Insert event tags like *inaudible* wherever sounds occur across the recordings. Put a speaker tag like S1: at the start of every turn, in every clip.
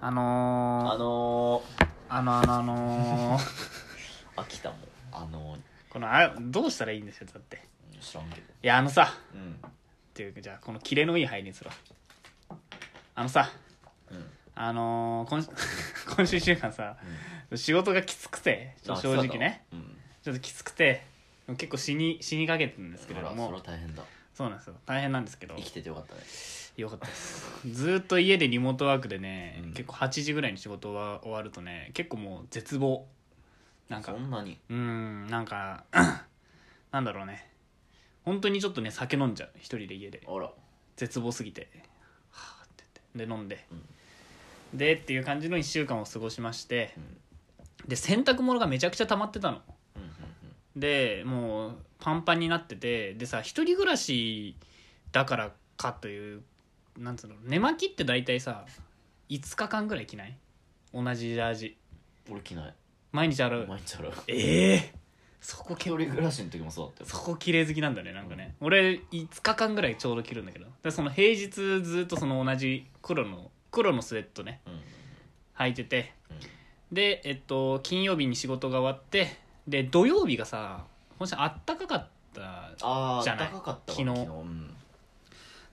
S1: あのー、
S2: あの
S1: あのあのあのー
S2: ー、飽きたもんあのー、
S1: *laughs* このあどうしたらいいんですよだって
S2: うん知らんけど
S1: いやあのさ
S2: うん
S1: っていうかじゃあこのキレのいい配にするわあのさ
S2: うん
S1: あのー、今週 *laughs* 今週一週間さ、仕事がきつくてちょっと正直ね
S2: うん
S1: ちょっときつくて結構死に死にかけてるんですけれど
S2: あらそれ
S1: も
S2: は大変だ
S1: そうなんですよ大変なんですけど
S2: 生きててよかったね
S1: よかったですずーっと家でリモートワークでね、
S2: うん
S1: 結構8時ぐらいに仕事は終わるとね結構もう絶望なんか
S2: そんなに
S1: うーんなんか *coughs* なんだろうね本当にちょっとね酒飲んじゃう一人で家で
S2: あら
S1: 絶望すぎてはあって言ってで飲んで、
S2: うん
S1: でっていう感じの1週間を過ごしまして
S2: うん
S1: で洗濯物がめちゃくちゃ溜まってたの
S2: うんうんうん
S1: でもうパンパンになっててでさ一人暮らしだからかというなんつうの寝巻きって大体さ5日間ぐらい着ない同じジャージ
S2: 俺着ない
S1: 毎日洗う
S2: 毎日ある
S1: ええそこ
S2: 一人暮らしの時もそうだった
S1: そ
S2: よ
S1: こ綺麗好きなんだねなんかね、俺5日間ぐらいちょうど着るんだけどでその平日ずっとその同じ黒の黒のスウェットね
S2: うんうん
S1: 履いてて
S2: うん
S1: でえっと金曜日に仕事が終わってで土曜日がさ本社あったかかった
S2: ああ
S1: じゃない
S2: 高かったわ
S1: 昨日
S2: うん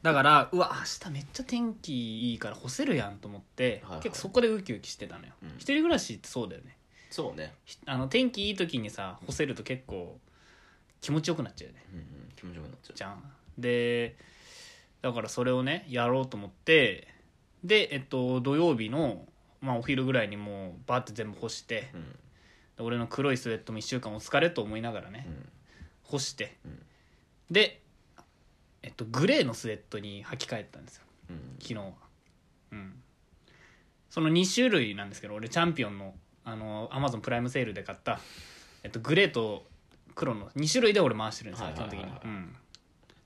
S1: だからうわ明日めっちゃ天気いいから干せるやんと思って、
S2: はいはい
S1: 結構そこでウキウキしてたのよ、
S2: うん
S1: 一人暮らしってそうだよね
S2: そうね
S1: ひあの天気いい時にさ干せると結構気持ちよくなっちゃうよね
S2: うんうん気持ちよくなっちゃう
S1: じゃんでだからそれをねやろうと思ってでえっと土曜日の、まあ、お昼ぐらいにもうバーって全部干して
S2: うん
S1: で俺の黒いスウェットも1週間お疲れと思いながらね
S2: うん
S1: 干して
S2: うん
S1: でえっとグレーのスウェットに履き替えたんですよ
S2: うん
S1: 昨日はうんその2種類なんですけど俺チャンピオンのあのアマゾンプライムセールで買った、えっと、グレーと黒の2種類で俺回してるんですよ
S2: はい
S1: 基
S2: はい
S1: 本
S2: はい
S1: 的
S2: は
S1: に、
S2: い
S1: うん、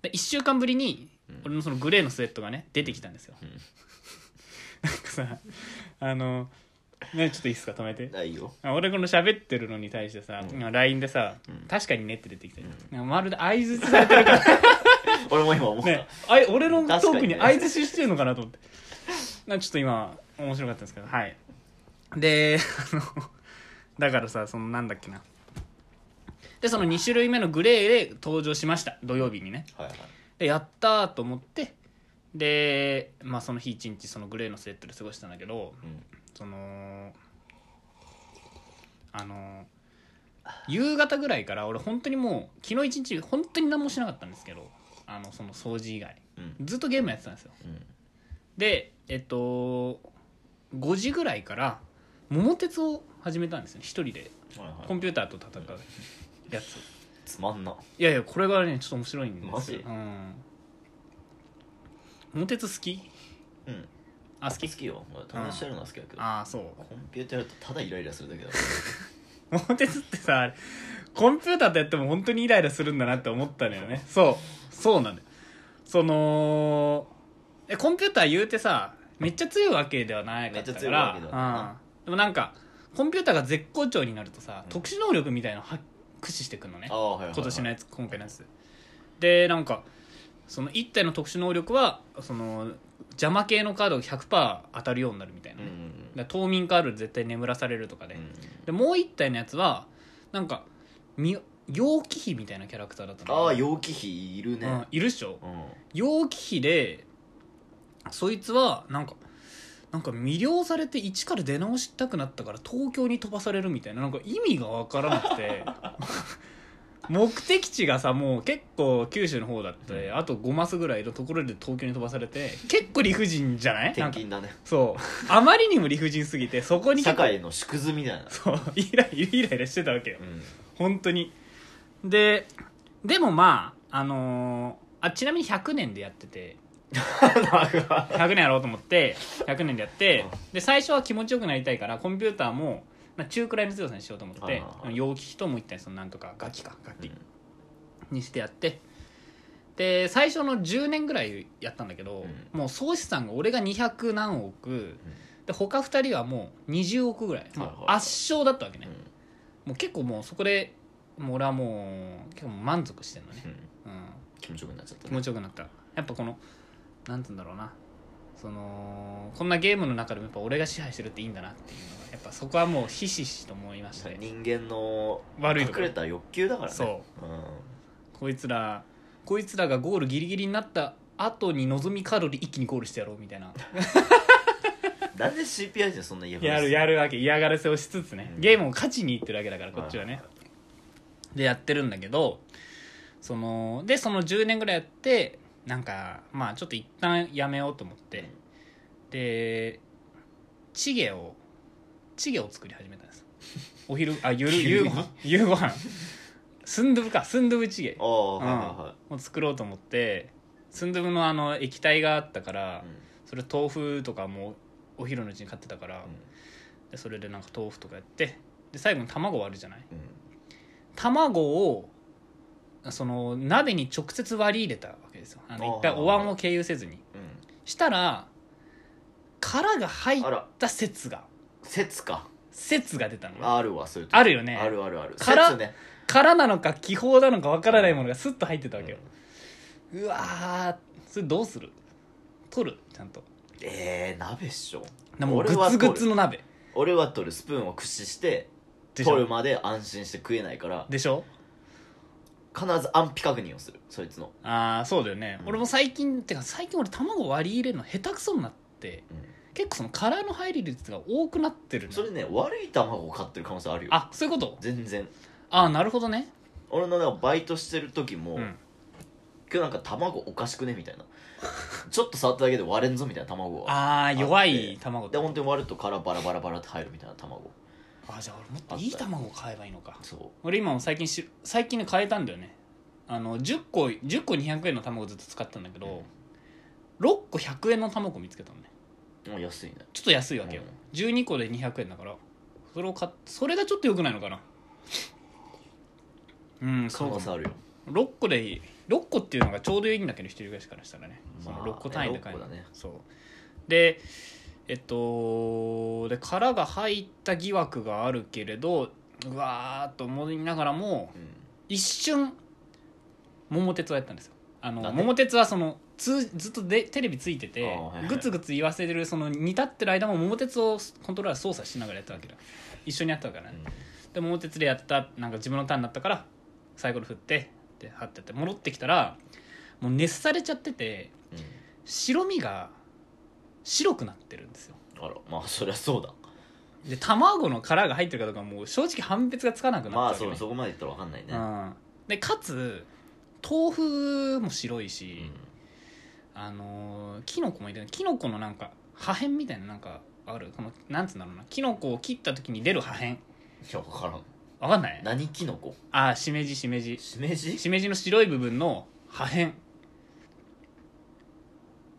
S1: で1週間ぶりに
S2: うん
S1: 俺のそのグレーのスウェットがね出てきたんですよ、
S2: うん
S1: なんかさあのねちょっといいっすか止めて
S2: ないよ *laughs*
S1: あ俺この喋ってるのに対してさ、
S2: う
S1: LINE でさ、
S2: うん
S1: 確かにね」って出てきたよ、なんかまるで相づちされてるから
S2: 俺も今思った、
S1: ね、あい俺のト
S2: 確
S1: ー
S2: か
S1: ク
S2: に
S1: に
S2: ね
S1: 相づちしてるのかなと思ってなんかちょっと今面白かったんですけどはいであのだからさそのなんだっけなでその2種類目のグレーで登場しました土曜日にね
S2: はいはい
S1: でやったーと思ってで、まあ、その日一日そのグレーのスウェットで過ごしたんだけど
S2: うん
S1: そのあの夕方ぐらいから俺本当にもう昨日一日本当に何もしなかったんですけどあのその掃除以外
S2: うん
S1: ずっとゲームやってたんですよ
S2: うん
S1: でえっと5時ぐらいから桃鉄を始めたんですよ一人で
S2: はいはい
S1: コンピューターと戦うやつ
S2: つまんない
S1: やいやこれがねちょっと面白いんで
S2: マ
S1: すよ
S2: ジ
S1: うん桃鉄好き
S2: うん
S1: あ好き
S2: 好きよ俺友達とやるのは好きだけど
S1: ああそう
S2: コンピューターやるとただイライラするだけだ
S1: 桃鉄ってさあれコンピューターとやっても本当にイライラするんだなって思ったのよねそうそうなんだよそのえコンピューター言うてさめっちゃ強いわけではないかった
S2: めっち
S1: か
S2: ゃ強い
S1: ら
S2: わけではな
S1: うん、でもなんかコンピューターが絶好調になるとさ、
S2: うん
S1: 特殊能力みたいなのは駆使してくんのね
S2: ああはいはい、はい、
S1: 今年のやつ今回のやつでなんかその1体の特殊能力はその邪魔系のカードが100%当たるようになるみたいな
S2: うん
S1: ね、
S2: うんうん
S1: だから冬眠カードで絶対眠らされるとかね、
S2: うん
S1: でもう一体のやつはなんかみ陽気比みたいなキャラクターだった
S2: ああ
S1: 陽
S2: 陽気比いる
S1: ね、うん
S2: ね、
S1: いるっしょ
S2: うん
S1: 陽気比でそいつはなんかなんか魅了されて一から出直したくなったから東京に飛ばされるみたいななんか意味が分からなくて *laughs* 目的地がさもう結構九州の方だって、
S2: うん
S1: あと5マスぐらいのところで東京に飛ばされて結構理不尽じゃないな
S2: 転
S1: んか
S2: 勤だね
S1: そうあまりにも理不尽すぎてそこに
S2: 社
S1: 結構
S2: 会の縮図みたいな
S1: そうイライライライラしてたわけよ
S2: うん
S1: 本当にででもまああのーあちなみに100年でやってて
S2: なんか
S1: 100年やろうと思って100年でやってで最初は気持ちよくなりたいからコンピューターも、まあ、中くらいの強さにしようと思っ
S2: はい
S1: て
S2: はいはい
S1: 陽気比ともう一体そのなんとかガキかガ
S2: う
S1: キ
S2: ん
S1: にしてやってで最初の10年ぐらいやったんだけど、
S2: う
S1: もう総資産が俺が200何億で他2人はもう20億ぐらいもう
S2: はいはいはい
S1: 圧勝だったわけね、
S2: うん
S1: もう結構もうそこでもう俺はもう結構満足してんのね、
S2: うん
S1: うん、
S2: 気持ちよくなっちゃった
S1: 気持ちよくなったやっぱこのなんつうんだろうなそのこんなゲームの中でもやっぱ俺が支配してるっていいんだなっていうのがやっぱそこはもうひしひしと思いましたね
S2: 人間の
S1: 悪いとこ
S2: 隠
S1: ろ
S2: れた欲求だからね
S1: そ
S2: うん
S1: こいつらこいつらがゴールギリギリになった後に望みカロリー一気にゴールしてやろうみたいな
S2: なんで CPI じゃそんな嫌が
S1: *laughs* やるやるわけ嫌がらせをしつつね、
S2: うん
S1: ゲームを勝ちにいってるわけだからこっちはね、でやってるんだけどそのでその10年ぐらいやってなんかまあちょっと一旦やめようと思って、でチゲをチゲを作り始めたんですお昼あゆる
S2: 夕
S1: 夕
S2: ご
S1: ご
S2: 飯
S1: 飯夕ご飯スンドゥブかスンドゥブチゲ
S2: ああはいは
S1: を作ろうと思ってスンドゥブのあの液体があったか
S2: いは
S1: ら
S2: い、
S1: それ豆腐とかもお昼のうちに買ってたから、
S2: う
S1: でそれでなんか豆腐とかやってで最後に卵割るじゃない
S2: んうん
S1: 卵をその鍋に直接割り入れたわけですよあの
S2: あー
S1: 一回お椀を経由せずに
S2: う
S1: したら殻が入っ
S2: んあら
S1: た説が
S2: 説か
S1: 説が出たのね
S2: あるわそういう時
S1: あるよね
S2: あるあるある
S1: から
S2: 説ね
S1: 殻なのか気泡なのかわからないものがスッと入ってたわけよ、うわーそれどうする取るちゃんと
S2: えー鍋っしょ
S1: でもう
S2: 俺
S1: グ
S2: は
S1: ツ
S2: 取る
S1: グツの鍋
S2: 俺は取るスプーンを駆使して
S1: でし
S2: 取る
S1: ょ
S2: まで安心して食えないから
S1: でしょ
S2: 必ず安否確認をするそいつの
S1: ああそうだよね、
S2: うん
S1: 俺も最近てか最近俺卵割り入れるの下手くそになって結構その殻の入り率が多くなってるの
S2: それね悪い卵を買ってる可能性あるよ
S1: あそういうこと
S2: 全然
S1: ああなるほどね
S2: 俺のなんかバイトしてる時も、
S1: うん
S2: 今日なんか卵おかしくねみたいなちょっと触っただけで割れんぞみたいな卵が
S1: ああ弱
S2: あっ
S1: い
S2: て
S1: 卵
S2: で本当に割ると殻バラバラバラって入るみたいな卵
S1: あじゃあ俺もっといい卵買えばいいのか
S2: そ
S1: 俺今も最近し最近ね変えたんだよねあの10個10個200円の卵ずっと使ってたんだけど、6個100円の卵見つけたのね
S2: うもう安いね
S1: ちょっと安いわけよ、
S2: うん
S1: 12個で200円だからそれを買っそれがちょっとよくないのかなうん
S2: 可
S1: そう
S2: 能
S1: か
S2: 性
S1: も
S2: あるよ
S1: 6個でいい6個っていうのがちょうどいいんだけど一人暮らしからしたらね、そ
S2: まあ
S1: の6個単位で買え
S2: ね
S1: る
S2: 六個だね
S1: そうでえっとで殻が入った疑惑があるけれどうわーと思いながらも
S2: う
S1: 一瞬桃鉄をやったんですよあの
S2: なんで
S1: 桃鉄はそのつずっとでテレビついて
S2: あ
S1: て
S2: ーはいはい
S1: グツグツ言わせてるその煮立ってる間も桃鉄をコントローラー操作しながらやったわけだ一緒にやったわけだね、
S2: ん
S1: で桃鉄でやったなんか自分のターンになったからサイコロ振ってではってやって戻ってきたらもう熱されちゃってて
S2: うん
S1: 白身が白くなってるんですよ
S2: うんあらまあそりゃそうだ
S1: で卵の殻が入ってるかどうかもう正直判別がつかなくなって
S2: まあ
S1: た
S2: そ
S1: わけ
S2: う
S1: ね
S2: そこまでいったら分かんないね、
S1: うん、でかつ豆腐も白いし、
S2: う
S1: あのーキノコも入れないキノコのなんか破片みたいななんかあるこのなんつうんだろうなキノコを切った時に出る破片
S2: んいや分からん
S1: わかんない
S2: 何キノコ
S1: あーしめじしめじ
S2: しめじ
S1: しめじの白い部分の破片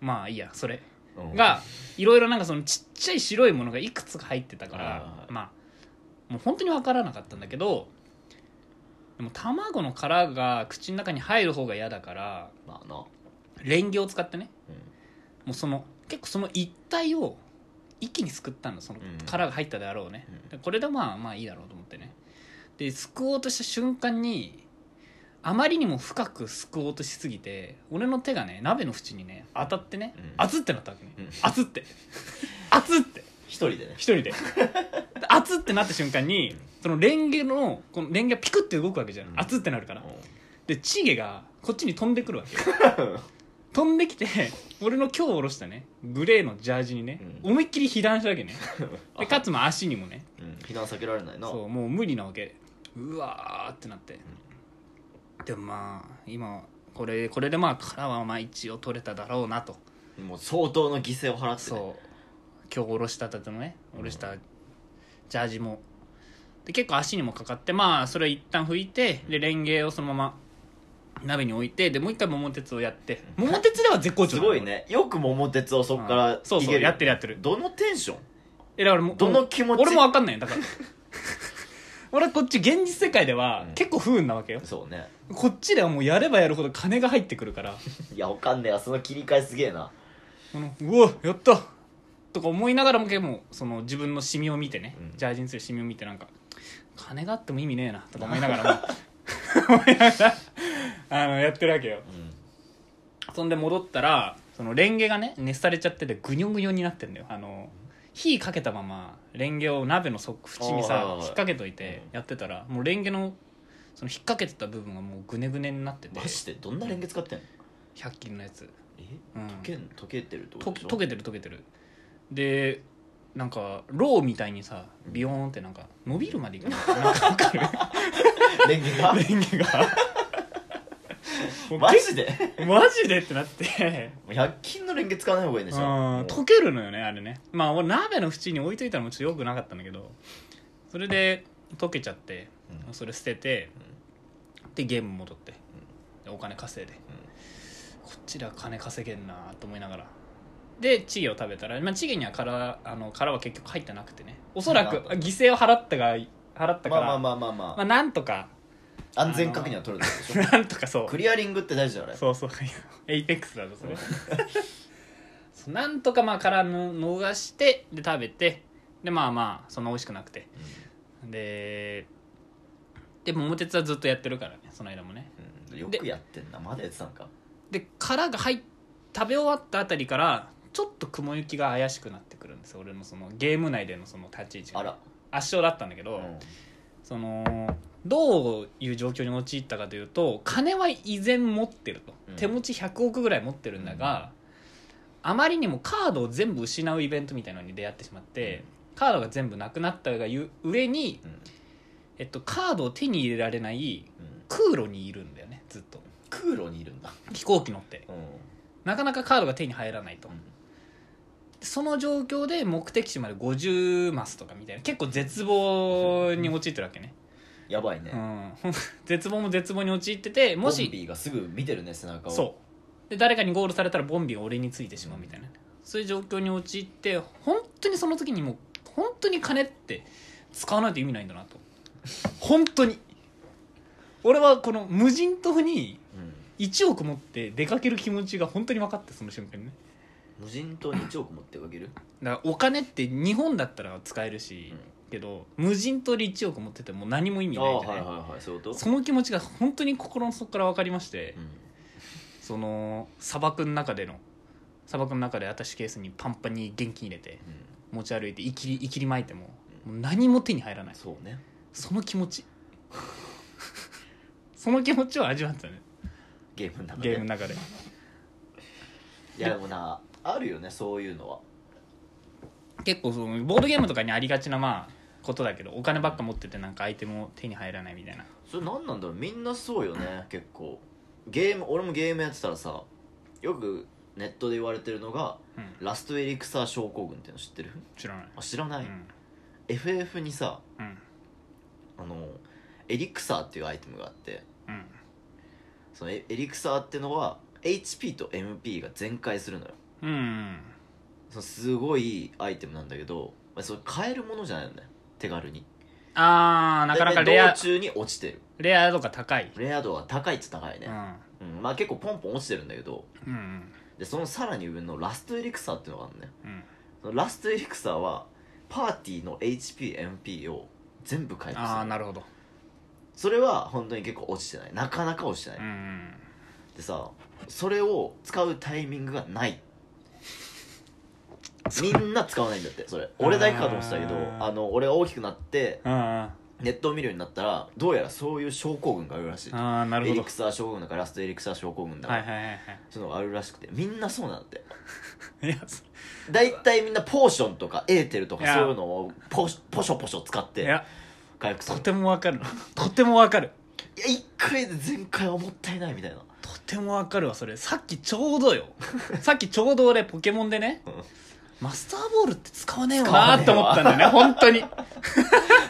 S1: まあいいやそれ
S2: うん
S1: がいろいろなんかそのちっちゃい白いものがいくつか入ってたか
S2: はいはい
S1: ら
S2: はい
S1: まあもう本当に分からなかったんだけどでも卵の殻が口の中に入る方が嫌だから
S2: まあな
S1: レンゲを使ってね
S2: うん
S1: もうその結構その一体を一気にすくったのその
S2: うん
S1: 殻が入ったであろうね、
S2: う
S1: でこれでまあまあいいだろうと思ってねですくおうとした瞬間にあまりにも深くすくおうとしすぎて俺の手がね鍋の縁にね当たってね、
S2: うん
S1: 熱ってなったわけね、
S2: うん
S1: 熱って熱って
S2: 一人でね
S1: 一人でで熱ってなった瞬間にそのレンゲのこのレンゲがピクって動くわけじゃん、
S2: うん
S1: 熱ってなるから
S2: う
S1: でチゲがこっちに飛んでくるわけよ
S2: ん
S1: 飛んできて *laughs* 俺の今日下ろしたねグレーのジャージにね、
S2: うん
S1: 思いっきり被弾したわけね
S2: *laughs*
S1: で
S2: あ
S1: かつも足にもね
S2: うん避難避けられないな
S1: そうもう無理なわけうわーってなって、でもまあ今これこれでまあ殻はまあ一応取れただろうなと、
S2: もう相当の犠牲を払ってね
S1: そう今日下ろしたたてのね下ろしたジャージもで結構足にもかかってまあそれを一旦拭いてでレンゲをそのまま鍋に置いてでもう一回桃鉄をやって桃鉄では絶好調
S2: す
S1: なの
S2: ごいねよく桃鉄をそこから
S1: うんそうそう
S2: 逃げる
S1: やってるやってる
S2: どのテンション
S1: えだからもう
S2: どの気持ち
S1: 俺も分かんないよだ
S2: *laughs*
S1: から俺はこっち現実世界では
S2: うん
S1: 結構不運なわけよ、
S2: そうね
S1: こっちではもうやればやるほど金が入ってくるから
S2: いやわかんねえやその切り替えすげえな
S1: このうわやったとか思いながらも結構その自分のシミを見てね、
S2: うん
S1: ジャージにするシミを見てなんか金があっても意味ねえなとか思いながらも *laughs* 思いながらあのやってるわけよ
S2: うん
S1: そんで戻ったらそのレンゲがね熱されちゃっててぐにょぐにょになってんだよあの火かけたままレンゲを鍋の底縁に
S2: あーはい
S1: さ
S2: はいはい
S1: 引っ掛けといてやってたらもうレンゲのその引っ掛けてた部分がもうぐねぐねになってて
S2: マジでどんなレンゲ使ってんの
S1: 100均のやつ、
S2: え
S1: うん、
S2: 溶けん溶けてるってこと
S1: と
S2: でしょ
S1: 溶けてる溶けてるでなんかローみたいにさビヨーンってなんか伸びるまでいか
S2: *laughs*
S1: ないなんかわかる
S2: レンゲが
S1: レンゲ
S2: *laughs*
S1: がもう
S2: マジで
S1: けマジでってなって
S2: 100均のレンゲ使わない方がいいんでしょ
S1: うん
S2: もう
S1: 溶けるのよねあれねまあ俺鍋の縁に置いといたのもちょっとよくなかったんだけどそれで溶けちゃって
S2: うんうん
S1: それ捨ててでゲーム戻ってでお金稼いで
S2: うん
S1: こっちら金稼げんなと思いながらでチゲを食べたら、まあ、チゲには殻あの殻は結局入ってなくてねおそらく
S2: まあ
S1: 犠牲を払ったが払ったから
S2: まあまあまあまあま
S1: まあなんとか *laughs*
S2: あ安全確認は取れたでしょ
S1: なんとかそう
S2: クリアリングって大事だよね
S1: そうそうエイペックスだぞそれそうなんとかまあ殻の逃してで食べてでまあまあそんな美味しくなくてでで桃鉄はずっとやってるからねその間もね
S2: うんよくやってんなまだやってたんか
S1: で殻が入っ食べ終わったあたりからちょっと雲行きが怪しくなってくるんですよ俺のそのゲーム内でのその立ち位置が
S2: あら
S1: 圧勝だったんだけど、
S2: うん
S1: そのどういう状況に陥ったかというと金は依然持ってると、
S2: うん
S1: 手持ち100億ぐらい持ってるんだが、あまりにもカードを全部失うイベントみたいなのに出会ってしまって、カードが全部なくなったがゆ上に、
S2: うん
S1: えっと、カードを手に入れられない
S2: うん
S1: 空路にいるんだよねずっと
S2: 空路にいるんだ
S1: 飛行機乗って
S2: うん
S1: なかなかカードが手に入らないと、その状況で目的地まで50マスとかみたいな結構絶望に陥ってるわけね、
S2: やばいうね
S1: ん、 *laughs* 絶望も絶望に陥ってても
S2: ボン
S1: し
S2: ビーがすぐ見てるね背中を
S1: そうで誰かにゴールされたらボンビーが俺についてしまうみたいな、そういう状況に陥って本当にその時にもう本当に金って使わないと意味ないんだなと本当に俺はこの無人島に
S2: うん
S1: 1億持って出かける気持ちが本当に分かってその瞬間にね
S2: 無人島に1億持ってかける
S1: だからお金って日本だったら使えるし、
S2: うん
S1: けど無人島で1億持ってても何も意味
S2: あ
S1: ない
S2: あ
S1: じゃな
S2: はい
S1: い、
S2: はいはいそういうこと
S1: その気持ちが本当に心の底から分かりまして、
S2: うん
S1: その砂漠の中での砂漠の中でアタッシュケースにパンパンに現金入れて
S2: う
S1: 持ち歩いていきりいきりまいてももう何も手に入らない
S2: んそうね
S1: その気持
S2: *laughs*
S1: ちその気持ちを味わってたね
S2: ゲームの中で
S1: ゲームの中で
S2: いやでもなあるよねそういうのは
S1: 結構そのボードゲームとかにありがちなまあことだけどお金ばっか持っててなんかアイテムも手に入らないみたいな
S2: それ何なんだろうみんなそうよね結構ゲーム俺もゲームやってたらさよくネットで言われてるのが
S1: うん
S2: ラストエリクサー症候群っていうの知ってる
S1: 知らない、
S2: あ知らない、
S1: うん
S2: FF にさ
S1: うん
S2: あのエリクサーっていうアイテムがあって
S1: うん
S2: そのエエリクサーってのは HP と MP が全開するのよ
S1: うん
S2: そのすごいアイテムなんだけど、まあ、それ買えるものじゃないよね手軽に
S1: あーなかなかレ
S2: で
S1: ア
S2: 道中に落ちてる
S1: レア度が高い、
S2: レア度が高いっつ高いね
S1: う、ん
S2: うんまあ結構ポンポン落ちてるんだけど
S1: うん
S2: でそのさらに上のラストエリクサーっていうのがあるね
S1: うん
S2: そのラストエリクサーはパーティーの HPMP を全部回復す
S1: ああ
S2: る
S1: なるほど
S2: それは本当に結構落ちてないなかなか落ちてない、
S1: うん
S2: でさそれを使うタイミングがないみんな使わないんだってそれ俺だけかと思ってたけど
S1: あー
S2: あの俺が大きくなって
S1: うんうん
S2: ネットを見るようになったらどうやらそういう症候群があるらしい
S1: ああなる
S2: エ
S1: ほ
S2: リ
S1: ど
S2: クサー症候群だからラストエリクサー症候群だか
S1: は
S2: ら、
S1: いはいはいは
S2: そういうのがあるらしくてみんなそうなんだって
S1: いいやそ
S2: 大体みんなポーションとかエーテルと
S1: い
S2: か
S1: や
S2: そういうのをポシポショポショ使っ
S1: い
S2: て
S1: や
S2: 回復す
S1: と
S2: る
S1: てもわかるとてもわかる
S2: いや一回で全開はもったいないみたいな
S1: とてもわかるわそれさっきちょうど
S2: *laughs*
S1: よさっきちょうど俺ポケモンでね
S2: うん
S1: マスターボールって使わねえよ
S2: 使わ
S1: な
S2: ね
S1: と
S2: えわ
S1: 思ったんだよね本当に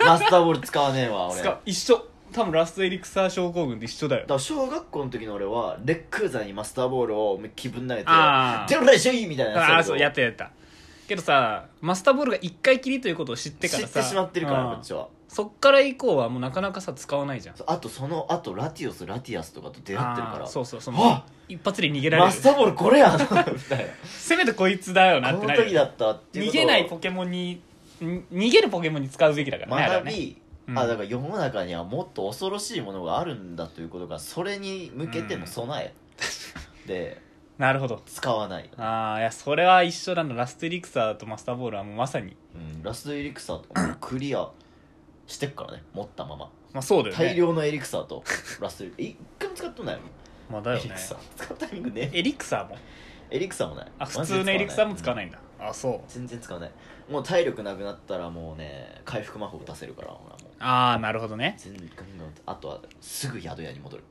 S2: マスターボール使わねえ *laughs* わ俺
S1: 使う一緒多分ラストエリクサー症候群と一緒だよ
S2: だから小学校の時の俺はレックーザーにマスターボールを気分投げて
S1: あ
S2: 「
S1: ー
S2: 出ろレジェイ!」みたいな
S1: ああ
S2: けど
S1: そうやったやったけどさマスターボールが一回きりということを知って
S2: 知
S1: から
S2: っ
S1: さ
S2: てしまってるから
S1: うん
S2: こっちは
S1: そっから以降はもうなかなかさ使わないじゃん
S2: そうあとそのあとラティオスラティアスとかと出会ってるか
S1: あ
S2: ら
S1: ーそうそうそ
S2: は
S1: の
S2: っ
S1: 一発で逃げられ
S2: マ
S1: る
S2: スターボールこれやなみたい
S1: せめてこいつだよ *laughs* な
S2: な
S1: っ
S2: こ
S1: て
S2: の
S1: なるよ
S2: 時
S1: ね
S2: だったっていう
S1: 逃
S2: ことを
S1: げないポケモンにん逃げるポケモンに使うべきだからねあれは
S2: 学
S1: ね
S2: び
S1: うん
S2: あだから世の中にはもっと恐ろしいものがあるんだということがそれに向けての備え、で
S1: なるほど
S2: 使わない、
S1: ああいやそれは一緒なのラストエリクサーとマスターボールはもうまさに
S2: うん、ラストエリクサーとかもクリアしてっからね持ったまま
S1: まあそうだよね
S2: 大量のエリクサーとラストエ
S1: *laughs*
S2: リクサー一回も使ってないもん
S1: まあだよ
S2: エリ
S1: ね
S2: クサー使うタイミングね
S1: エリクサーも
S2: エリクサーもない
S1: あ普通のエリクサーも使わ
S2: い、
S1: ないんだあそう
S2: 全然使わないもう体力なくなったらもうね回復魔法出せるからほらもう
S1: ああなるほど
S2: *laughs*
S1: ね
S2: 全然ガンガンあとはすぐ宿屋に戻る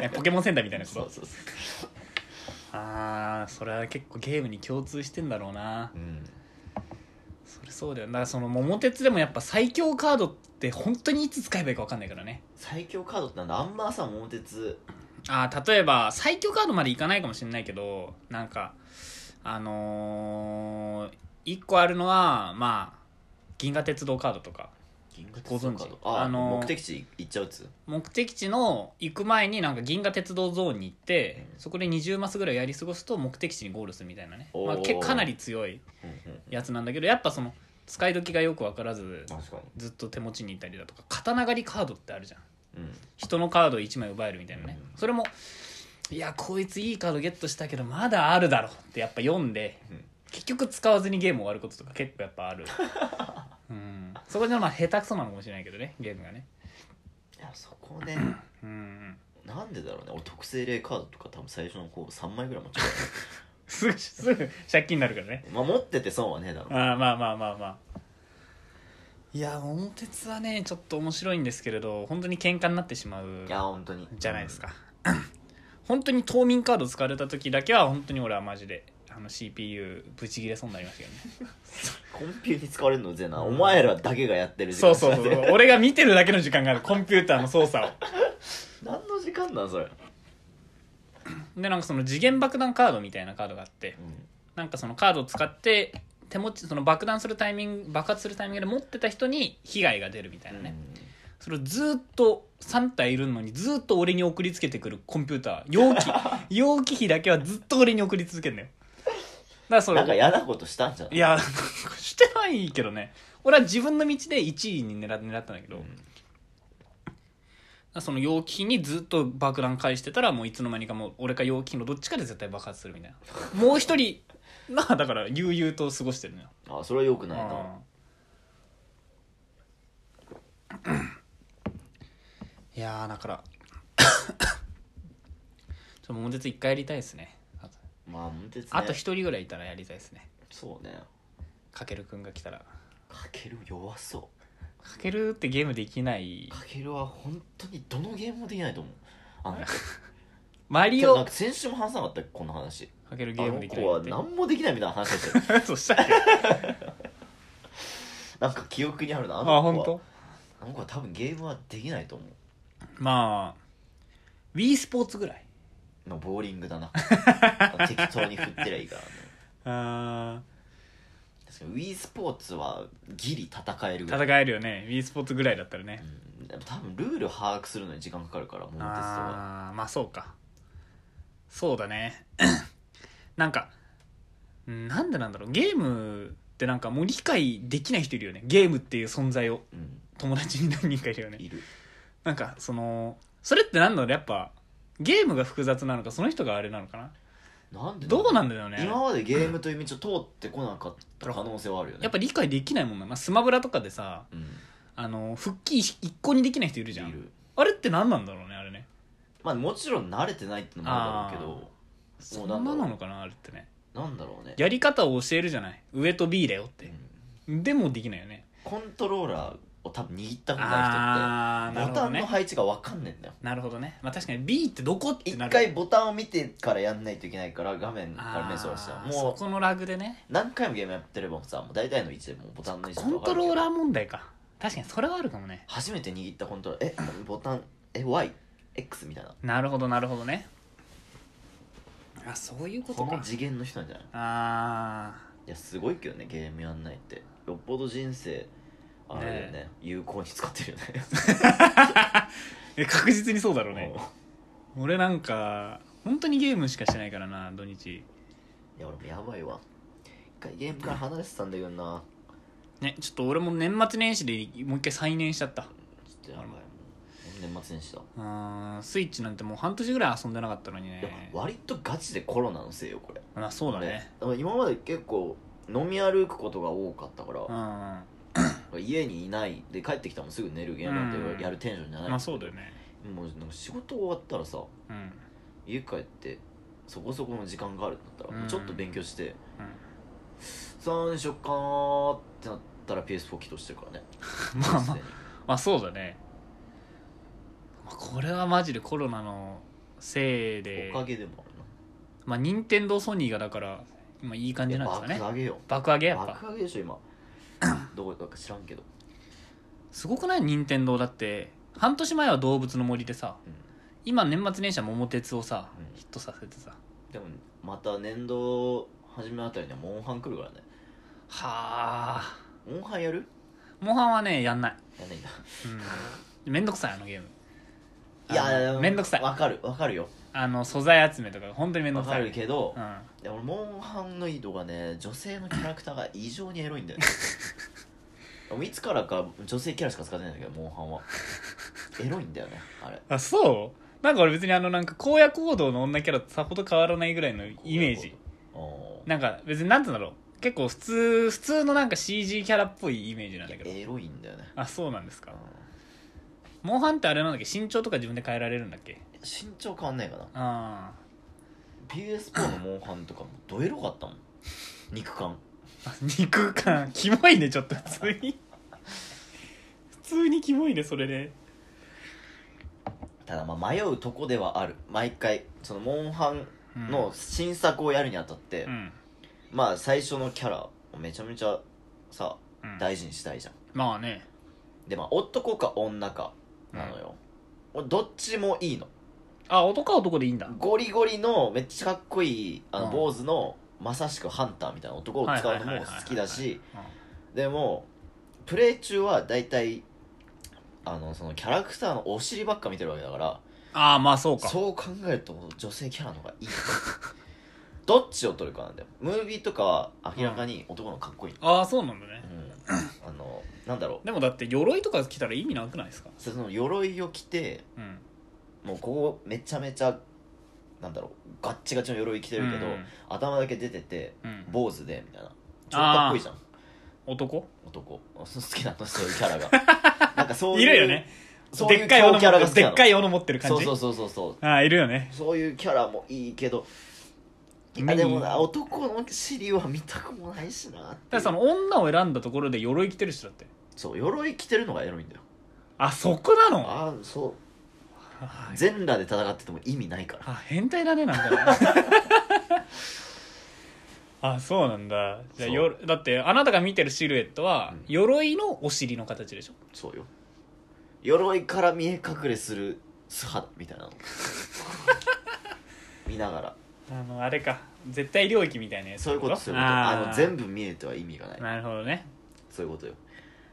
S1: ねポケモンセンターみたいなこ
S2: そう
S1: と
S2: そうそう
S1: ああそれは結構ゲームに共通してんだろうな
S2: うん
S1: それそうだよだからその桃鉄でもやっぱ最強カードって本当にいつ使えばいいか分かんないからね
S2: 最強カードってなんだあんまさ桃鉄
S1: あー例えば最強カードまでいかないかもしれないけどなんかあのー、1個あるのはまあ銀河鉄道カードとか
S2: 銀河
S1: ご存知
S2: あ、
S1: あのー
S2: 目的地行っちゃうやつ
S1: 目的地の行く前になんか銀河鉄道ゾーンに行って
S2: うん
S1: そこで20マスぐらいやり過ごすと目的地にゴールするみたいなね、
S2: おー
S1: まあ、けかなり強い
S2: うんうん
S1: やつなんだけどやっぱその使い時がよく分からず
S2: 確か
S1: ずっと手持ちにいたりだとか刀狩りカードってあるじゃん
S2: にうん
S1: 人のカード1枚奪えるみたいなね、
S2: うん
S1: それもいやこいついいカードゲットしたけどまだあるだろってやっぱ読んで
S2: うん
S1: 結局使わずにゲーム終わることとか結構やっぱ
S2: *laughs*
S1: あるうんそこでまあ下手くそなのかもしれないけどねゲームがね
S2: いやそこね
S1: うん
S2: なんでだろうね俺特性例カードとか多分最初の方3枚ぐらい持ち
S1: すぐすぐ借金になるからね
S2: まあ持ってて損はねえだろう
S1: ああまあまあまあまあいや桃鉄はねちょっと面白いんですけれど本当に喧嘩になってしまう
S2: いや本当に
S1: じゃないですか本当に冬眠カード使われた時だけは本当に俺はマジであの CPU ブチギレそうになりましたよね
S2: コンピューターに使われるのぜな、お前らだけがやってる時
S1: そ
S2: 間
S1: うそうそう俺が見てるだけの時間があるコンピューターの操作を
S2: 何の時間なんそれ、
S1: でなんかその次元爆弾カードみたいなカードがあってなんかそのカードを使って手持ちその爆弾するタイミング爆発するタイミングで持ってた人に被害が出るみたいなね、それをずーっと3体いるのにずーっと俺に送りつけてくるコンピューター容
S2: *laughs*
S1: 器容器費だけはずっと俺に送り続けるんだよだからそれ
S2: なんか嫌なことしたんじゃない
S1: いや、なんかしてないけどね。俺は自分の道で1位に狙狙ったんだけど、その容器にずっと爆弾返してたら、もういつの間にかもう俺か容器のどっちかで絶対爆発するみたいな。もう一人、なあ、だから悠々と過ごしてるのよ。
S2: あそれはよくないな
S1: うんいやー、だから、ちょっと桃鉄一回やりたいですね。あと
S2: まあ桃鉄、ね、
S1: あと一人ぐらいいたらやりたいですね。
S2: そうね
S1: かけるくんが来たら。
S2: かける弱そ
S1: かけるってゲームできないう
S2: かけるは本当にどのゲームもできないと思うあの
S1: マ
S2: い
S1: リ
S2: やなん
S1: オ
S2: か先週も話さなかったっけこの話
S1: かけるゲ
S2: あ
S1: ーム
S2: の
S1: でき
S2: 子は
S1: な
S2: 何もできないみたいな話をしてる
S1: い *laughs* そうしたっけ
S2: なんか記憶にあるなあ
S1: あ
S2: の子
S1: 本
S2: は
S1: 当。
S2: あの子は多分ゲームはできないと思
S1: まあ w スポーツぐらいう
S2: のボーリングだ
S1: *laughs*
S2: な適当に振ってりゃいいからね
S1: あ
S2: 確かに w e スポーツはギリ戦えるぐらい、
S1: 戦えるよね w スポーツぐらいだったらね
S2: うん、でも多分ルール把握するのに時間かかるからモンテストは
S1: あーまあそうかそうだね *clears throat* なんかうんなんでなんだろうゲームってなんかもう理解できない人いるよねゲームっていう存在を
S2: うん
S1: 友達に何人かいるよね
S2: いる
S1: なんかそのそれってなんだろうやっぱゲームが複雑なのかその人があれなのかな
S2: なんで
S1: どうなんんだろうね
S2: 今までゲームという道を通ってこなかった可能性はあるよね
S1: やっぱ理解できないもんな、まあ、スマブラとかでさ
S2: うん
S1: あの復帰一向にできない人いるじゃ
S2: い
S1: ん
S2: る
S1: あれって何なんだろうねあれね
S2: まあもちろん慣れてないってのもあるだろう
S1: そ
S2: うんな
S1: なん
S2: だろう
S1: なのかなあれってね
S2: けどなんだろうね
S1: やり方を教えるじゃない上と B だよっ
S2: う
S1: て
S2: ん
S1: でもできないよね
S2: コントローラーを多分握ったことない
S1: ああー
S2: 人っ
S1: なるほ
S2: てボタ
S1: ど
S2: ンの
S1: ね
S2: 配置が分かんねえんだよ
S1: なるほどねまあ確かに B ってどこって
S2: 一
S1: なる
S2: 回ボタンを見てからやんないといけないから画面から目そらしたら
S1: あーそ
S2: もう
S1: このラグでね
S2: 何回もゲームやってればさもう大体の位置でもうボタンの位置
S1: コントロー
S2: ー
S1: ラー問題か確かにそれはあるかもね
S2: 初めて握ったコントローラーえボタンえ YX みたいな
S1: なるほどなるほどねあそういうこと
S2: こ
S1: か
S2: の次元の人なんじゃない
S1: ああ
S2: いやすごいけどねゲームやんないってよっぽど人生あれだよね有効に使ってるよね *laughs*
S1: え確実にそうだろうね
S2: も
S1: 俺なんか本当にゲームしかしてないからな土日
S2: ういや俺もやばいわ一回ゲームから離れてたんだけどな
S1: ねちょっと俺も年末年始でもう一回再燃しちゃった
S2: ちょっとやばいもう年末年始だ、
S1: うーんスイッチなんてもう半年ぐらい遊んでなかったのに
S2: いや
S1: ね
S2: 割とガチでコロナのせいよこれ
S1: まあそうだね
S2: 俺今まで結構飲み歩くことが多かったから
S1: うん、ま
S2: 家にいないで帰ってきたらもうすぐ寝るゲームなんてやるテンションじゃない、
S1: あそうだよね
S2: もうなんか仕事終わったらさ
S1: うん、うん、
S2: 家帰ってそこそこの時間があるんだったら、
S1: うん
S2: ちょっと勉強して3しよっかなーってなったら PS4 起動してるからね
S1: *laughs* まあ
S2: す
S1: まあ
S2: でに
S1: まあそうだねこれはマジでコロナのせいで
S2: おかげでもあ
S1: まあ任天堂ソニーがだから今いい感
S2: る
S1: じ
S2: な
S1: なん
S2: い
S1: で
S2: や
S1: すかね
S2: 爆上げよ
S1: 爆上げやっぱ
S2: 爆上げで
S1: *coughs*
S2: しょ今どこだか知らんけど
S1: すごくない任天堂だって半年前は動物の森でさ、
S2: うん
S1: 今年末年始は桃鉄をさ、
S2: うん
S1: ヒットさせてさ
S2: でもまた年度初めあたりにはモンハン来るからね
S1: はあ
S2: モンハンやる
S1: モンハンはねやんない、
S2: やんないんだ
S1: うん、めんどくさいあのゲーム
S2: いや
S1: あのめんどくさい
S2: わかるわかるよ
S1: あの素材集めとか本当にめんど
S2: わ
S1: くさ
S2: か
S1: い
S2: るけど、
S1: うん、あ
S2: でも俺モンハンのいいとこがね女性のキャラクターが異常にエロいんだ
S1: *laughs*
S2: よねもういつからか女性キャラしか使ってないんだけどモンハンはエロいんだよねあれ
S1: そうなんか俺別にあのなんか荒野行動の女キャラとさほど変わらないぐらいのイメージ
S2: あー
S1: なんか別になんつうんだろう結構普通普通のなんか CG キャラっぽいイメージなんだけど
S2: エロいんだよね
S1: あそうなんですか
S2: うん
S1: モンハンってあれなんだっけ身長とか自分で変えられるんだっけ
S2: 身長変わんないかな
S1: あ
S2: PS4 のモンハンとかもどエロかったもん肉感
S1: ーあ肉感キモいねちょっと普通に普通にキモいねそれね
S2: ただまあ迷うとこではある毎回そのモンハン
S1: うん
S2: の新作をやるにあたって、
S1: うん、
S2: まあ最初のキャラをめちゃめちゃさ
S1: うん、
S2: 大事にしたいじゃん
S1: まあね
S2: でまあ男か女かなのよ、俺どっちもいいの
S1: あ男は男でいいんだ
S2: ゴリゴリのめっちゃかっこいいあ
S1: う
S2: の
S1: ん
S2: 坊主の、まさしくハンターみたいな男を使うのも好きだしでもプレイ中は大体あのそのキャラクターのお尻ばっか見てるわけだから
S1: ああまあそうか
S2: そう考えると女性キャラの方がいいどっちを取るかなんだよムービーとかは明らかに男の方がかっこいい、
S1: ああそうなんだね
S2: うんあのなんだろう
S1: でもだって鎧とか着たら意味なくないですか
S2: その鎧を着て
S1: うん
S2: もうここめちゃめちゃなんだろうガッチガチの鎧着てるけど、
S1: うん
S2: 頭だけ出てて
S1: うん、
S2: 坊主でみたいな超かっこいいじゃん
S1: 男
S2: 男好きなのそういうキャ
S1: *laughs*
S2: ラがなんかそういう
S1: いるよね
S2: そうい
S1: で
S2: う
S1: っかい
S2: 強
S1: 斧
S2: キャラ
S1: 持
S2: が
S1: って
S2: 好き
S1: で
S2: な
S1: っ
S2: の
S1: かい斧持ってる感
S2: そう
S1: じ
S2: そうそうそうそう
S1: ああいるよね
S2: そういうキャラもいいけどい
S1: 目
S2: や
S1: に
S2: でもな男の尻は見たくもないしな
S1: だ
S2: って
S1: からその女を選んだところで鎧着てる人だって
S2: そう鎧着てるのがエロいんだよ
S1: あそこなの
S2: ああそう
S1: あ
S2: 全裸で戦ってても意味ないから
S1: あ変態だね
S2: *laughs*
S1: なんかあそうなんだじゃあ
S2: そう
S1: よだってあなたが見てるシルエットは、
S2: うん
S1: 鎧のお尻の形でしょ
S2: そうよ鎧から見え隠れする素肌みたい
S1: *laughs*
S2: なの見ながら
S1: あのあれか絶対領域みたいなやつ
S2: そういうことそういうことあの全部見えては意味がない
S1: 部なるほどね、
S2: そういうことよ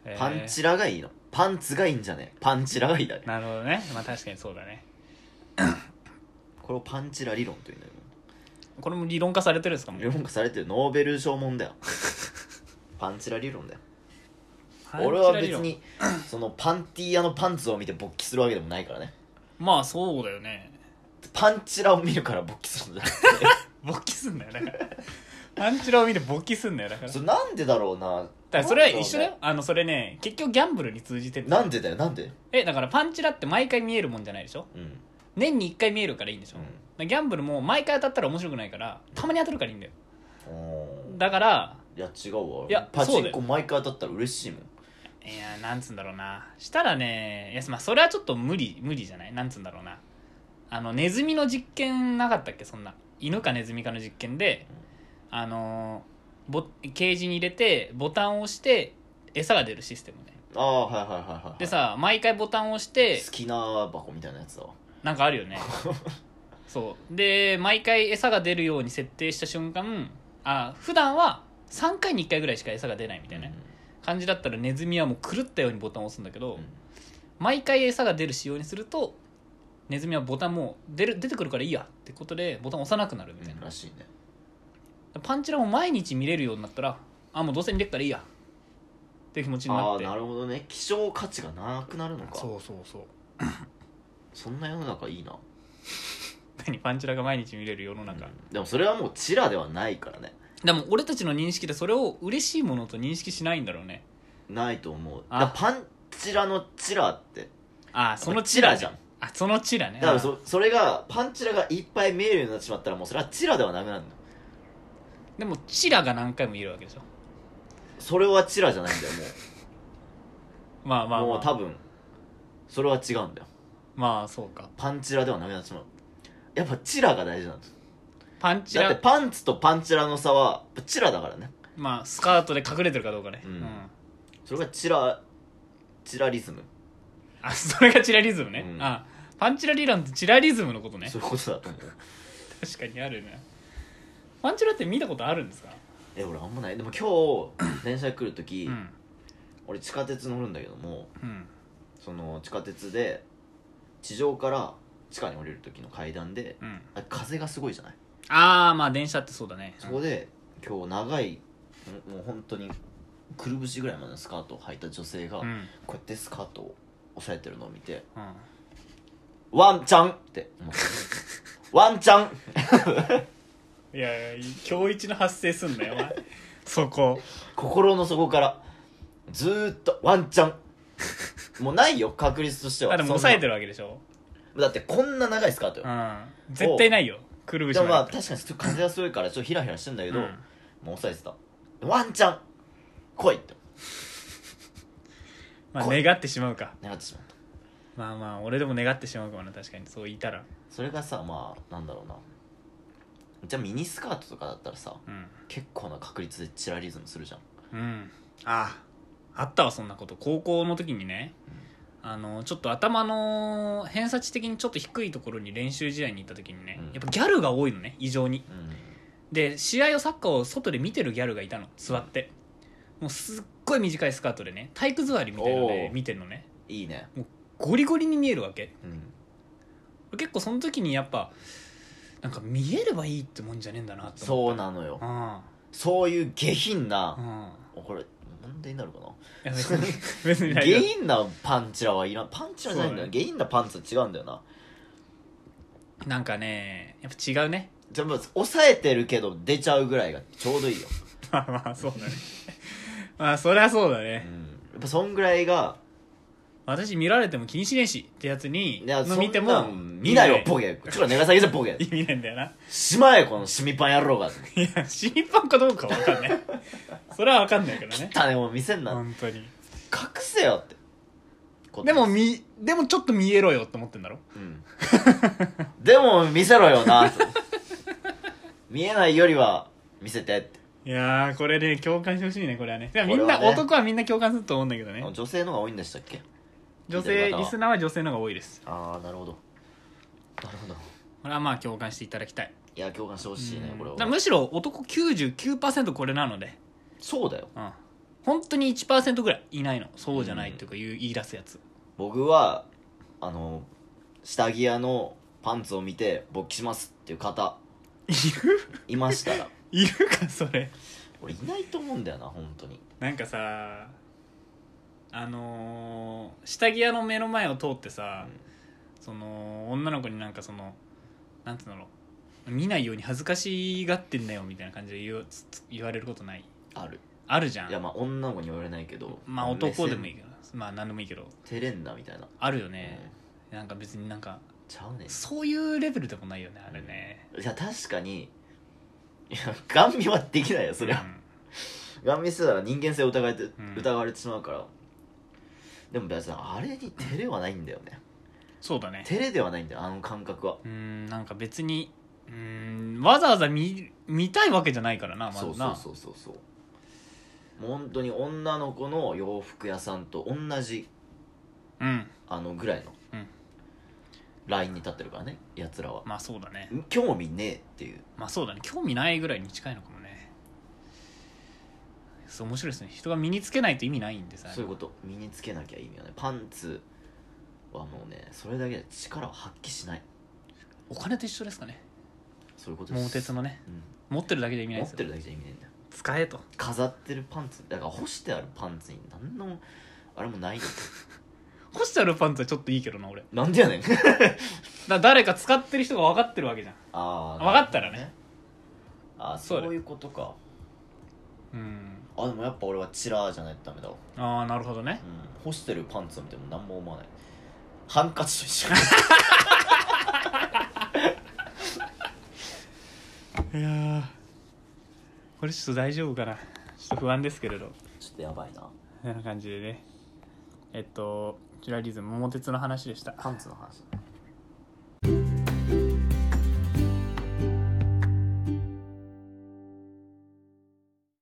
S1: えー
S2: パンチラがいいのパンツがいいんじゃねえパンチラがいいだね
S1: なるほどねまあ確かにそうだね
S2: これをパンチラ理論というんだよ
S1: これも理論化されてるんですかもう
S2: 理論化されてるノーベル賞もんだよパンチラ理論だよ
S1: パンチラ理
S2: 俺
S1: 論
S2: は別にそのパンティー屋のパンツを見て勃起するわけでもないからね
S1: まあそうだよね
S2: パンチラを見るから勃起するんだよ
S1: *laughs* 勃起すんだよだからパンチラを見て勃起すんだよだから
S2: それなんでだろうな
S1: だからそれは一緒だよあのそれね結局ギャンブルに通じてる
S2: なんでだよなんで
S1: えだからパンチラって毎回見えるもんじゃないでしょ
S2: うん
S1: 年に1回見えるからいいんでしょ、
S2: うん
S1: だからギャンブルも毎回当たったら面白くないからたまに当たるからいいんだよ
S2: おー
S1: だから
S2: いや違うわ
S1: いや
S2: パ
S1: そ
S2: チ
S1: うだ
S2: ン
S1: よ
S2: コ毎回当たったら嬉しいもん
S1: いやなんつうんだろうなしたらねいや、まあ、それはちょっと無理無理じゃないなんつうんだろうなあのネズミの実験なかったっけそんな犬かネズミかの実験であのーぼケージに入れてボタンを押して餌が出るシステムね
S2: ああはいはいはいはいはい
S1: でさ毎回ボタンを押して
S2: 好きな箱みたいなやつだわ
S1: なんかあるよ
S2: *laughs*
S1: ねそうで毎回餌が出るように設定した瞬間あ普段は3回に1回ぐらいしか餌が出ないみたいなね感じだったらネズミはもう狂ったようにボタンを押すんだけ
S2: う
S1: ど、
S2: んうん
S1: 毎回餌が出る仕様にするとネズミはボタンもう出る出てくるからいいやってことでボタン押さなくなるみたいな、
S2: らしいね
S1: パンチラも毎日見れるようになったらあもうどうせ見れるからいいやっていう気持ちにな
S2: あ
S1: っ
S2: あ
S1: て
S2: なるほどね希少価値がなくなるのか
S1: そうそうそう
S2: そんな世の中いいな
S1: 何 *laughs* パンチラが毎日見れる世の中、
S2: うんでもそれはもうチラではないからね
S1: でも俺たちの認識でそれを嬉しいものと認識しないんだろうね
S2: ないと思う
S1: あ
S2: だからパンチラのチラって
S1: ああその
S2: チ
S1: チ
S2: ラ
S1: ラ
S2: じ
S1: じ
S2: ゃ
S1: ゃ
S2: ん
S1: んあそのチラね
S2: だからそそれがパンチラがいっぱい見えるようになってしまったらもうそれはチラではなくなるの
S1: でもチラが何回もいるわけでしょ
S2: それはチラじゃないんだよも
S1: まあまあ、
S2: う、
S1: ま
S2: も
S1: あ
S2: う、多分それは違うんだよ
S1: まあそうか
S2: パンチラではなくなってしまうやっぱチラが大事なんです
S1: パンチ
S2: だって
S1: ラ
S2: パンツとパンチラの差はやっぱチラだからね
S1: まあスカートで隠れてるかどうかね
S2: うんそれがチラチラリズム
S1: あそれがチラリズムね、
S2: うん
S1: あパンチラ理論ってチラリズムのことね
S2: そういうことだと思う
S1: 確かにあるねパンチラって見たことあるんですか
S2: え俺あんまないでも今
S1: *coughs*
S2: 日電車で来る時、
S1: うん
S2: 俺地下鉄乗るんだけども
S1: うん
S2: その地下鉄で地上から地下に降りる時の階段で
S1: うん
S2: あ風がすごいじゃない
S1: ああまあ電車ってそうだね
S2: そこで今日長いもうもう本当にくるぶしぐらいまでのスカートを履いた女性が、
S1: うん、うん
S2: こうやってスカートを押さえてるのを見て
S1: うん、
S2: 「ワンチャン!」って思ったワンチャン
S1: いやいや今日一の発生すんだよお前 *laughs* そこ
S2: 心の底からずーっとワンチャンもうないよ確率としては
S1: あでも抑えて
S2: る
S1: るわけでしょ
S2: だってこんな長いスカートよ
S1: うん絶対ないよくるぶし
S2: でもまあ
S1: だっ
S2: 確かに風がすごいからちょっとヒラヒラしてんだけ
S1: た
S2: ど、
S1: らうん
S2: もう抑えてたワンチャン来いって
S1: まあ
S2: こう
S1: 願ってしまうか
S2: 願ってしまった
S1: まあまあ俺でも願ってしまうかもな確かにそういたら
S2: それがさまあなんだろうなじゃあミニスカートとかだったらさ
S1: うん
S2: 結構な確率でチラリズムするじゃん
S1: うんあああったわそんなこと高校の時にねあのちょっと頭の偏差値的にちょっと低いところに練習試合に行った時にね、
S2: うん
S1: やっぱギャルが多いのね異常に
S2: うん
S1: で試合をサッカーを外で見てるギャルがいたの座ってもうすっごい短いスカートでね体育座りみたいの
S2: お
S1: で
S2: う
S1: 見てるのね
S2: いいね
S1: ゴリゴリに見えるわけ
S2: うん
S1: 結構その時にやっぱなんか見えればいいってもんじゃねえんだなって思
S2: そう
S1: う
S2: なのよ
S1: な
S2: そういう下品
S1: う
S2: なん
S1: うん
S2: これ問題になるか
S1: いや別に別に
S2: な
S1: 大
S2: 下
S1: 丈夫
S2: 品なパンチラはいらんパンチラじゃないんだよ
S1: そう
S2: 下品なパンツは違うんだよな
S1: なんかねやっぱ違うね
S2: じゃあまず抑えてるけど出ちゃうぐらいがちょうどいいよ、
S1: まあまあそうだねまあそりゃそうだ
S2: う
S1: ね
S2: ん、やっぱそんぐらいが
S1: 私見られても気にしねえしってやつに
S2: いや
S1: の
S2: そん
S1: 見て
S2: な
S1: も
S2: ん見ないよボケちょっと寝かさげじゃボケ
S1: 意味ないんだよな
S2: しまえこのシミパン野郎が
S1: いや審判かどうかは分かんないそれは分かんないけどね
S2: 種も見せんな
S1: 本当に
S2: 隠せよってこと
S1: でも、みでもちょっと見えろよって思ってんだろ
S2: うん、でも見せろよなと見えないよりは見せてって
S1: いやーこれね共感してほしいねこれはねいやみん
S2: これ
S1: な、
S2: はね
S1: 男はみんな共感すると思うんだけどね
S2: 女性の方が多いんでしたっけ
S1: 女
S2: 見てる
S1: 性
S2: 方は
S1: リスナーは女性の方が多いです
S2: ああなるほどなるほど
S1: これはまあ共感していただきたい
S2: いや共感してほしいね
S1: うん
S2: これは
S1: だからむしろ男99%これなので
S2: そうだよ
S1: うん本当に1%ぐらいいないのそうじゃないっていうか言う言い出すやつ
S2: 僕はあの下着屋のパンツを見て勃起しますっていう方
S1: い
S2: いましたら *laughs*
S1: るいるかそれ
S2: 俺いないと思うんだよな本当に
S1: なんかさあのー下着屋の目の前を通ってさ、その女の子になんかそのなんてうの見ないように恥ずかしがってんだよみたいな感じで言うつつ言われることない
S2: ある
S1: あるじゃん
S2: いやまあ女の子には言われないけど
S1: まあ男でもいい
S2: 目
S1: けどまあ何でもいいけど
S2: 線照れんなみたいな
S1: あるよ
S2: うん
S1: ね、なんか別になんか
S2: ちゃうね
S1: そういうレベルでもないよねあれね、
S2: いや確かにいやガン見はできないよそれは、ガン見してたら人間性を疑われて、
S1: ん
S2: 疑われてしまうからでも別にあれに照れはないんだよね
S1: そうだね
S2: 照れではないんだよあの感覚は
S1: うーんなんか別にうーんわざわざ見見たいわけじゃないからなまずな
S2: そうそうそうそうそうもう本当に女の子の洋服屋さんと同じ
S1: うん
S2: あのぐらいの
S1: うん
S2: ラインに立ってるからねやつらは
S1: まあそうだね
S2: 興味ねえっていう
S1: まあそうだね興味ないぐらいに近いのかもねそう面白いですね人が身につけないと意味ないんでさ
S2: そういうこと身につけなきゃいいよねパンツはもうねそれだけで力を発揮しない
S1: お金と一緒ですかね
S2: そういうことです
S1: 桃鉄のね
S2: うん
S1: 持ってるだけで意味ない
S2: 持
S1: です
S2: って
S1: よ
S2: るだけじゃ意味ないんだよ
S1: 使えと
S2: 飾ってるパンツだから干してあるパンツに何のあれもないよ
S1: 星あるパンツはちょっといいけどな俺
S2: なんでや
S1: *laughs*
S2: ねん
S1: だ誰か使ってる人が分かってるわけじゃん
S2: ああ
S1: 分かったらね
S2: あー
S1: そうだよ
S2: そういうことか
S1: うん
S2: あでもやっぱ俺はチラーじゃないとダメだわ、
S1: ああなるほどね
S2: うん、干してるパンツを見ても何も思わないハンカチと一緒 *laughs*
S1: いやーこれちょっと大丈夫かなちょっと不安ですけれど
S2: ちょっとやばいな
S1: *laughs* そんな感じでねえっとチュラリズム桃鉄の話でした
S2: パンツの話